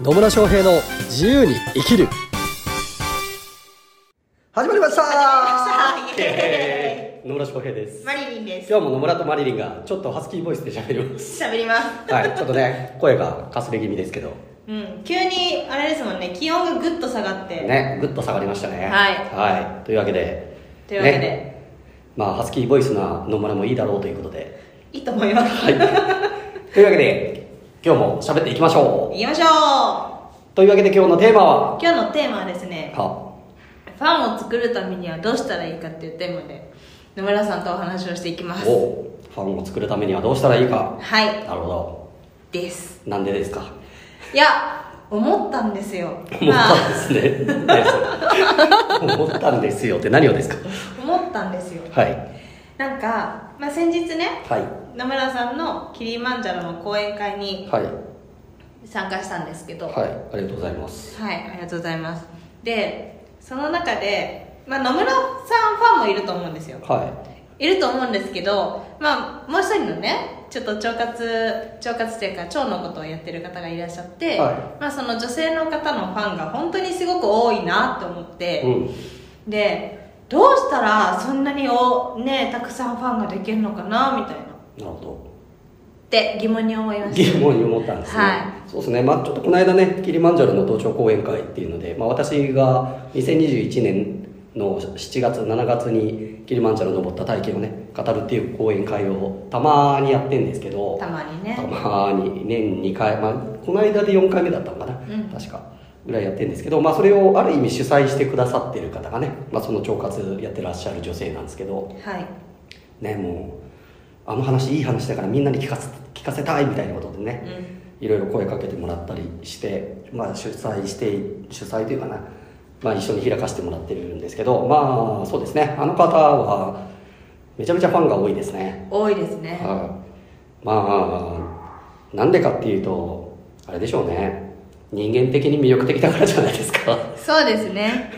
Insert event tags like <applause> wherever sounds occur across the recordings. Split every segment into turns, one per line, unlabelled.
野村翔平の自由に生きる始まりました <laughs>
イエ
野村翔平です
マリリンです。
今日も野村とマリリンがちょっとハスキーボイスで喋ります
喋ります。
はいちょっとね声がかすれ気味ですけど
うん、急にあれですもんね、気温がぐっと下がって。
ねぐっと下がりましたね
は
は
い
いというわけで
というわけで
ねまあハスキーボイスな野村もいいだろうということで
いいと思います。
はいというわけで今日も喋っていきましょ
行きましょ
うというわけで今日のテーマは
う。今日のテーマはですね、
は
ファンを作るためにはどうしたらいいかっていうテーマで、野村さんとお話をしていきます。
をファンを作るためにはどうしたらいいか
はい、
なるほど
です。
なんでですか
いや、思ったんですよ。
思ったんですね何それ思ったんですよって何をですか
思ったんですよ。
はい
なんか、まあ、先日ね、
は
野村さんのキリマンジャロの講演会に
いはい
参加したんですけど、
はいありがとうございます
はい、ありがとうございます。で、その中で、まあ、野村さんファンもいると思うんですよ。
はい
ると思うんですけど、まあ、もう一人のね、ちょっと腸活、腸活というか、腸のことをやってる方がいらっしゃって、
は
まあ、その女性の方のファンが本当にすごく多いなと思っ
い
て、
うん
で、どうしたらそんなにお、ね、たくさんファンができるのかな、みたいな。っ
なるほ
て疑問に思い
ど
ま
疑
した。
問に思ったんですね、
は
そうですねまあちょっとこの間ねキリマンジャロの登頂講演会っていうので、まあ、私が2021年の7月7月にキリマンジャロ登った体験をね語るっていう講演会をたまにやってんですけど
たまに
た
ね。
まに年2回、まあ、この間で4回目だったのかな、
うん
確かぐらいやってるんですけど、まあ、それをある意味主催してくださってる方がね、まあ、その腸活やってらっしゃる女性なんですけど
はい。
ねもうあの話いい話だからみんなに聞かせ聞かせたいみたいなことでね、
うん。
いろいろ声かけてもらったりして、まあ、主催して主催というかな、まあ、一緒に開かせてもらってるんですけどまあそうですねあの方はめちゃめちゃファンが多いですね
多いですね。
はい、まあなんでかっていうとあれでしょうね人間的に魅力的だからじゃないですか
そうですね。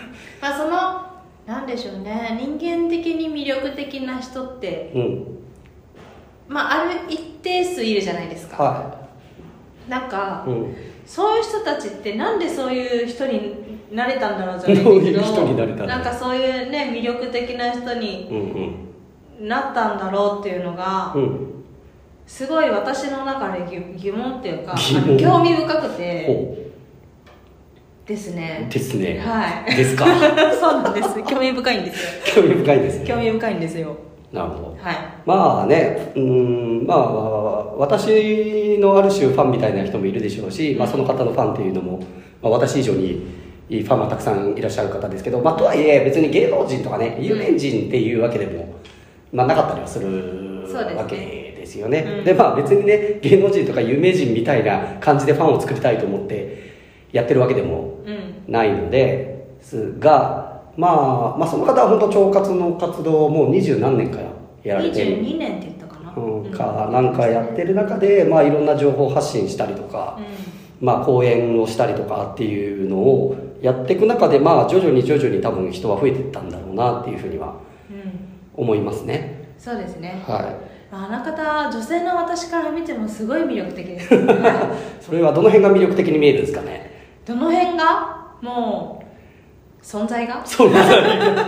まあそのなんでしょうね。人間的に魅力的な人って
うん
まあある一定数いるじゃないですか。
は
なんか
い、うん、
そういう人たちってなんでそういう人になれたんだろうじゃない
どう
け
いう
ど、
人になれたんだろうん
かそういうね魅力的な人に
うんうん
なったんだろうっていうのが
う。ん
すごい私の中で疑疑問っていうか
疑問
あの興味深くて
ほ
です
う
ね
ですね、
はい
ですか
<laughs> そうなんです興味深いんです
興
よ
味深いですね
興味深いんですよ
なるほど
はい
まあねうんまあ私のある種ファンみたいな人もいるでしょうし、まあ、その方のファンっていうのも、まあ、私以上にいいファンはたくさんいらっしゃる方ですけど、まあ、とはいえ別に芸能人とかね有名人っていうわけでも、まあ、なかったりはする
そうですね
わけですよね
うん
でまあ別にね芸能人とか有名人みたいな感じでファンを作りたいと思ってやってるわけでも
うん
ないのですが、まあ、まあその方は本当腸活の活動をもう二十何年からやられてる、
22年って言ったかな
うん、かなんかやってる中で、まあ、いろんな情報発信したりとか、
う
まあ、講演をしたりとかっていうのをやっていく中で、まあ、徐々に徐々に多分人は増えていったんだろうなっていうふうには
ん、うん、
思いますね
そうですね
はい
あの方女性の私から見てもすごい魅力的です
<laughs>
ね
それはどの辺が魅力的に見えるんですかね
どの辺がもう存在が
そうですね
<laughs> あもうちょっ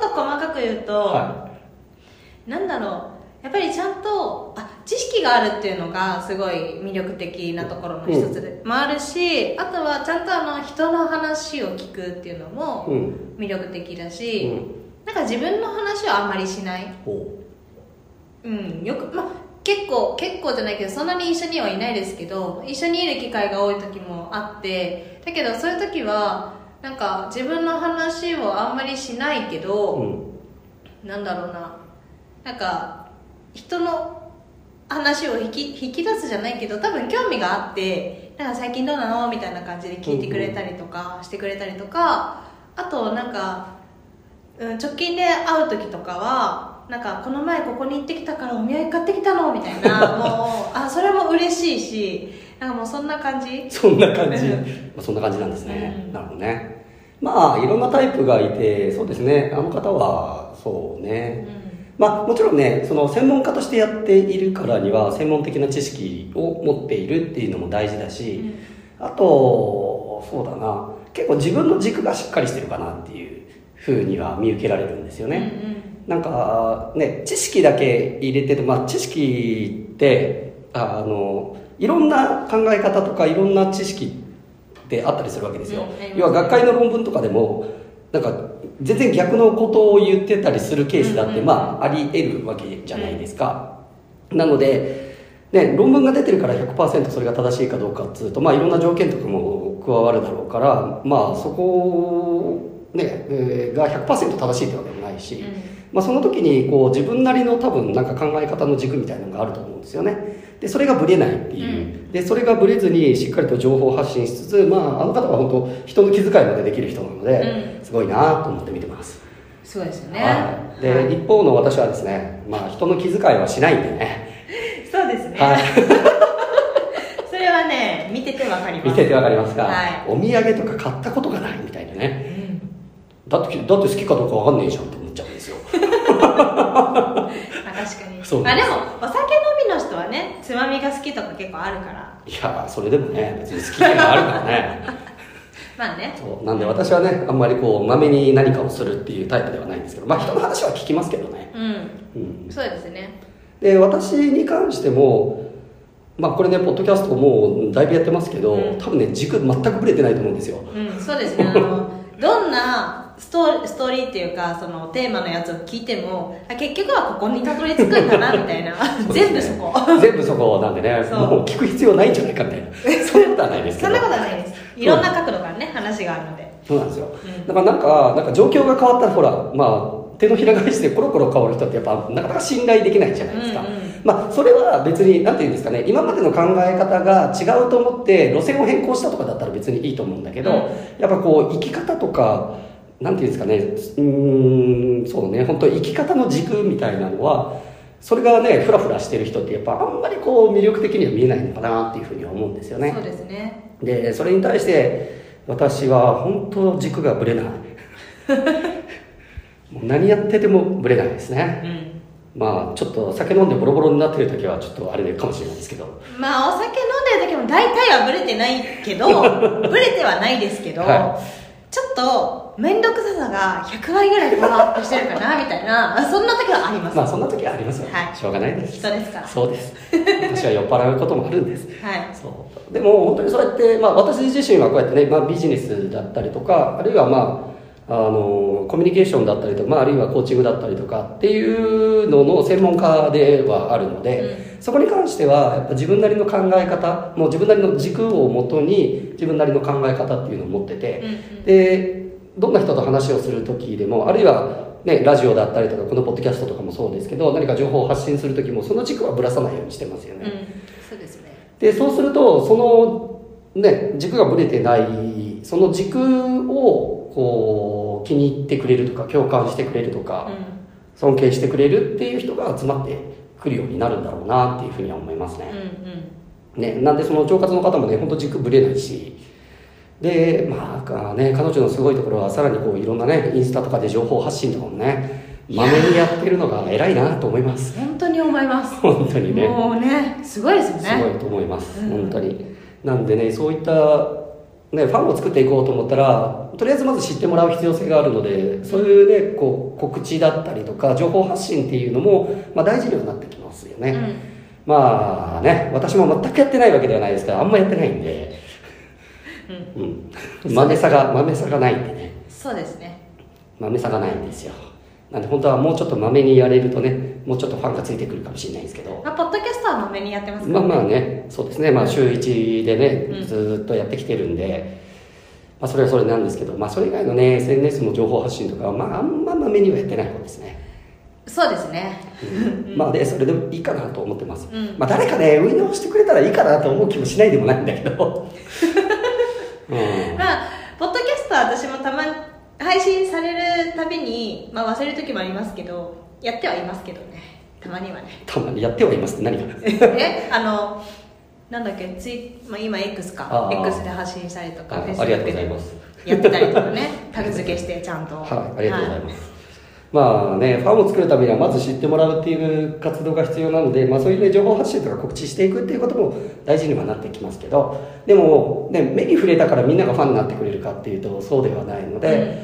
と細かく言うと、
は
なんだろうやっぱりちゃんとあ知識があるっていうのがすごい魅力的なところの一つでもあるし、あとはちゃんとあの人の話を聞くっていうの
い、う
も
ん
魅力的だ
う
し、
ん、
なんか自分の話をあんまりしない
ほ
うんよくまあ結構結構じゃないけどそんなに一緒にはいないですけど一緒にいる機会が多い時もあってだけどそういう時はなんか自分の話をあんまりしないけ
うう
ど、
ん
なんだろうななんか人の話を引き引き出すじゃないけど多分興味があってなんか最近どうなのみたいな感じで聞いてくれたりとかしてくれたりとかあとなんか、うん、直近で会う時とかはなんかこの前ここに行ってきたからお土産買ってきたのみたい
<laughs>
なもうあそれも嬉しいしなんかもうそんな感じ
そんな感じ、
う
まあ、そんな感じなんですね、
うん
なるほどねまあいろんなタイプがいてそうですねあの方はそう
う
ね
ん
まあもちろんねその専門家としてやっているからには専門的な知識を持っているっていうのも大事だし、
うん
あとそうだな結構自分の軸がしっかりしてるかなっていうふうには見受けられるんですよね、なんかね知識だけ入れてて、まあ、知識ってあのいろんな考え方とかいろんな知識ってあったりするわけですよ、
うんありますね
要は学会の論文とかでもなんか全然逆のことを言ってたりするケースだっ
うん
て、
うん
まああり得るわけじゃないですか、なので、ね、論文が出てるから100%それが正しいかどうかっつうと、まあ、いろんな条件とかも加わるだろうから、まあ、そこ、ねえーが100%正しいってわけでもないし、まあ、その時にこう自分なりの多分なんか考え方の軸みたいなのがあると思うんですよねでそれがブレないっていう、でそれがブレずにしっかりと情報を発信しつつ、まあ、あの方は本当人の気遣いまでできる人なので、すごいなと思って見てます、
そうですよね、
はい、で、一方の私はですね、まあ、人の気遣いはしないんでね、
そうですね、
はい
それはね見ててわかります
見ててわかりますか、
はい
お土産とか買ったことがないみたいなね
うん
だってだって好きかどうかわかんねえじゃんって思っちゃうんですよ
あ確かに
そう
あ
なん
で
です
もお酒飲みの人はねつまみが好きとか結構あるから
いやそれでもね別に好き嫌いがあるからね
まあね
そうなんで私はねあんまりこうまめに何かをするっていうタイプではないんですけどまあ人の話は聞きますけどね、
うん
うん、
そうですね
で私に関してもまあこれねポッドキャストもうだいぶやってますけど、
うん
多分ね軸全くぶれてないと思うんですよ
うん、そうですね。あの、どんなストーリーストーリーっていうか、そのテーマのやつを聞いても、あ結局はここにたどり着くんだな、みたいな。
<laughs> そうです
全部
ね
そこ。
全部そこなんでね
<laughs> そう
もう聞く必要ないんじゃないかみたい
<laughs>
なそんなことはないですけ
そ
ど
んなことはないです。いろんな角度からね、話があるので。
そうなんですよ、
うん
だからなんかなんか状況が変わったらほらまあ手のひら返しでコロコロ変わる人ってやっぱなかなか信頼できないじゃないですか、
うんうん
まあそれは別に何て言うんですかね今までの考え方が違うと思って路線を変更したとかだったら別にいいと思うんだけど、
うん
やっぱこう生き方とか何て言うんですかねうーんそうね本当生き方の軸みたいなのはそれがねフラフラしてる人ってやっぱあんまりこう魅力的には見えないのかなっていうふうには思うんですよね
そうですね。
でそれに対して私は本当軸がぶ
<laughs>
れないもう何やっててもぶれないですね
うん。
まあちょっと酒飲んでボロボロになってる時はちょっとあれかもしれないですけど
まあ、お酒飲んでる時も大体はブレてないけ
<laughs>
ど、ブレてはないですけど、
は
ちょっと、面倒くささが100倍ぐらいパワーアップしてるかな、みたいな、そんな時はあります。
まあそんな時はありますよ、ね
はい
しょうがないです
人ですから。
そうです私は酔っ払うこともあるんです
はい。
そうでも本当にそうやって、まあ、私自身はこうやってね、まあ、ビジネスだったりとかあるいはまああのコミュニケーションだったりとか、まあ、あるいはコーチングだったりとかっていうのの専門家ではあるので、そこに関してはやっぱ自分なりの考え方もう自分なりの軸をもとに自分なりの考え方っていうのを持ってて、
うんうん
でどんな人と話をする時でもあるいは、ね、ラジオだったりとかこのポッドキャストとかもそうですけど何か情報を発信する時もその軸はぶらさないようにしてますよ
う
ね。
ん。そうですね。
でそうするとそのね軸がぶれてないその軸をこう気に入ってくれるとか共感してくれるとか、
うん。
尊敬してくれるっていう人が集まってくるようになるんだろうなっていうふうには思いますね。
う
ねなんでその腸活の方もね本当軸ぶれないしでまあね彼女のすごいところはさらにこういろんなねインスタとかで情報発信とかもねまめにやってるのが偉いなと思います。
んうん、本当に思います、
本当にね。
もうねすごいですよ
すご
ね
いと思います、
うん
本当になんでねそういった、ね、ファンを作っていこうと思ったらとりあえずまず知ってもらう必要性があるのでそういうねこう告知だったりとか情報発信っていうのも、まあ、大事にはなってきますよね、
うん、
まあね私も全くやってないわけではないですからあんまやってないんでうん豆さが豆さがないんでね
そうですね
豆さがないんですよなんで本当はもうちょっと豆にやれるとねもうちょっとファンがついてくるかもしれないですけど
まあポッドキャストはまめにやってますか
まあま
ら
あね、そうですね、まあ、週1で
うん
ね、ずーっとやってきてるんで、まあ、それはそれなんですけど、まあ、それ以外のね、SNS の情報発信とかは、まあ、あんままめにはやってない方ですね。
そうですね
うんまあ、で、それでもいいかなと思ってます。
うん
まあ、誰かね、運用してくれたらいいかなと思う気もしないでもないんだけ <laughs> ど。うん
まあポッドキャストは私もたまに配信されるたびに、まあ、忘れる時もありますけどやってはいますけどねたまには
<laughs>
ね
たまにやってはいますって何か。
えあのなんだっけツイ、まあ、今 X か
あー
X で発信したりとか
あ
Facebook で
ありがとうございます
やってたりとかねタグ付けしてちゃんと
はい、ありがとうございます。ままあね、ファンを作るためにはまず知ってもらうっていう活動が必要なので、まあ、そういう、ね、情報発信とか告知していくっていうことも大事にはなってきますけどでも、ね、目に触れたからみんながファンになってくれるかっていうとそうではないので、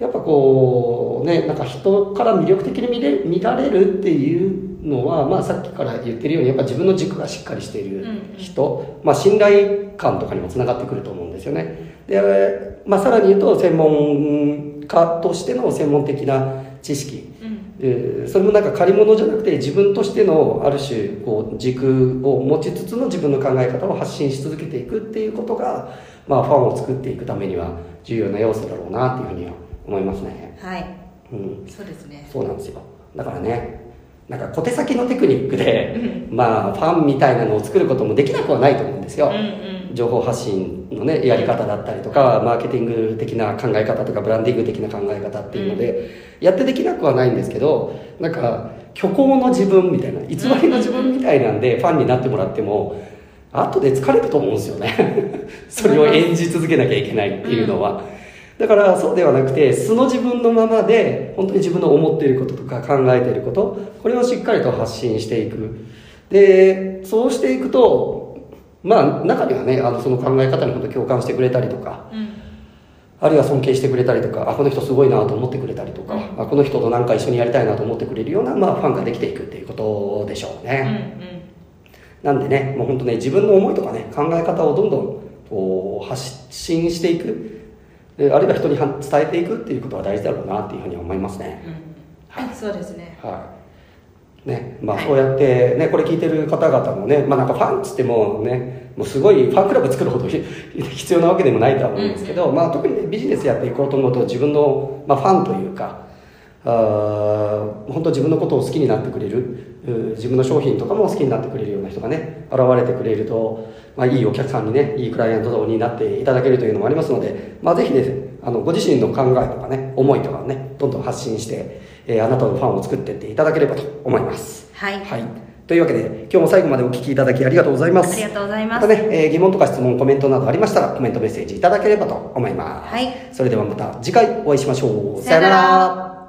やっぱこうねなんか人から魅力的に見れ見られるっていうのは、まあ、さっきから言ってるようにやっぱ自分の軸がしっかりしている人、まあ、信頼感とかにもつながってくると思うんですよね。でまあ、さらに言うと専門家としての専門的な知識
うん
えーそれもなんか借り物じゃなくて自分としてのある種こう軸を持ちつつの自分の考え方を発信し続けていくっていうことが、まあ、ファンを作っていくためには重要な要素だろうなっていうふうには思いますね、
はい
うん、
そうですね
そうなんですよだからねなんか小手先のテクニックで、
う
まあファンみたいなのを作ることもできなくはないと思うんですよ、
うんうん
情報発信のねやり方だったりとかマーケティング的な考え方とかブランディング的な考え方っていうので、やってできなくはないんですけどなんか虚構の自分みたいな偽りの自分みたいなんでファンになってもらっても後で疲れると思うんですよね <laughs> それを演じ続けなきゃいけないっていうのは。だからそうではなくて素の自分のままで本当に自分の思っていることとか考えていることこれをしっかりと発信していくでそうしていくとまあ中にはねあのその考え方に本当共感してくれたりとか
うん
あるいは尊敬してくれたりとかあこの人すごいなと思ってくれたりとかあこの人となんか一緒にやりたいなと思ってくれるような、まあ、ファンができていくっていうことでしょう
うんう
ね、
ん
なんでねもう本当ね自分の思いとかね考え方をどんどんこう発信していくであるいは人には伝えていくっていうことは大事だろうなっていうふうに思いますね
うんはいそうですね
はい。ね、まあ
はい
そうやってね、これ聞いてる方々もね、まあなんかファンっつってもね、もうすごいファンクラブ作るほど <laughs> 必要なわけでもないとは思うんですけど、まあ特にねビジネスやっていこうと思うと自分の、まあ、ファンというか、あー本当自分のことを好きになってくれるうー自分の商品とかも好きになってくれるような人がね現れてくれると、まあ、いいお客さんにねいいクライアントになっていただけるというのもありますので、まあ、ぜひねあのご自身の考えとかね思いとかをねどんどん発信して、えーあなたのファンを作っていっていただければと思います。
はいあ
はい、というわけで今日も最後までお聞きいただきありがとうございます。
りがとうござい
ま
ま
た
す
ね、えー疑問とか質問コメントなどありましたらコメントメッセージいただければと思います。
はい
それではまた次回お会いしましょう。
さよなら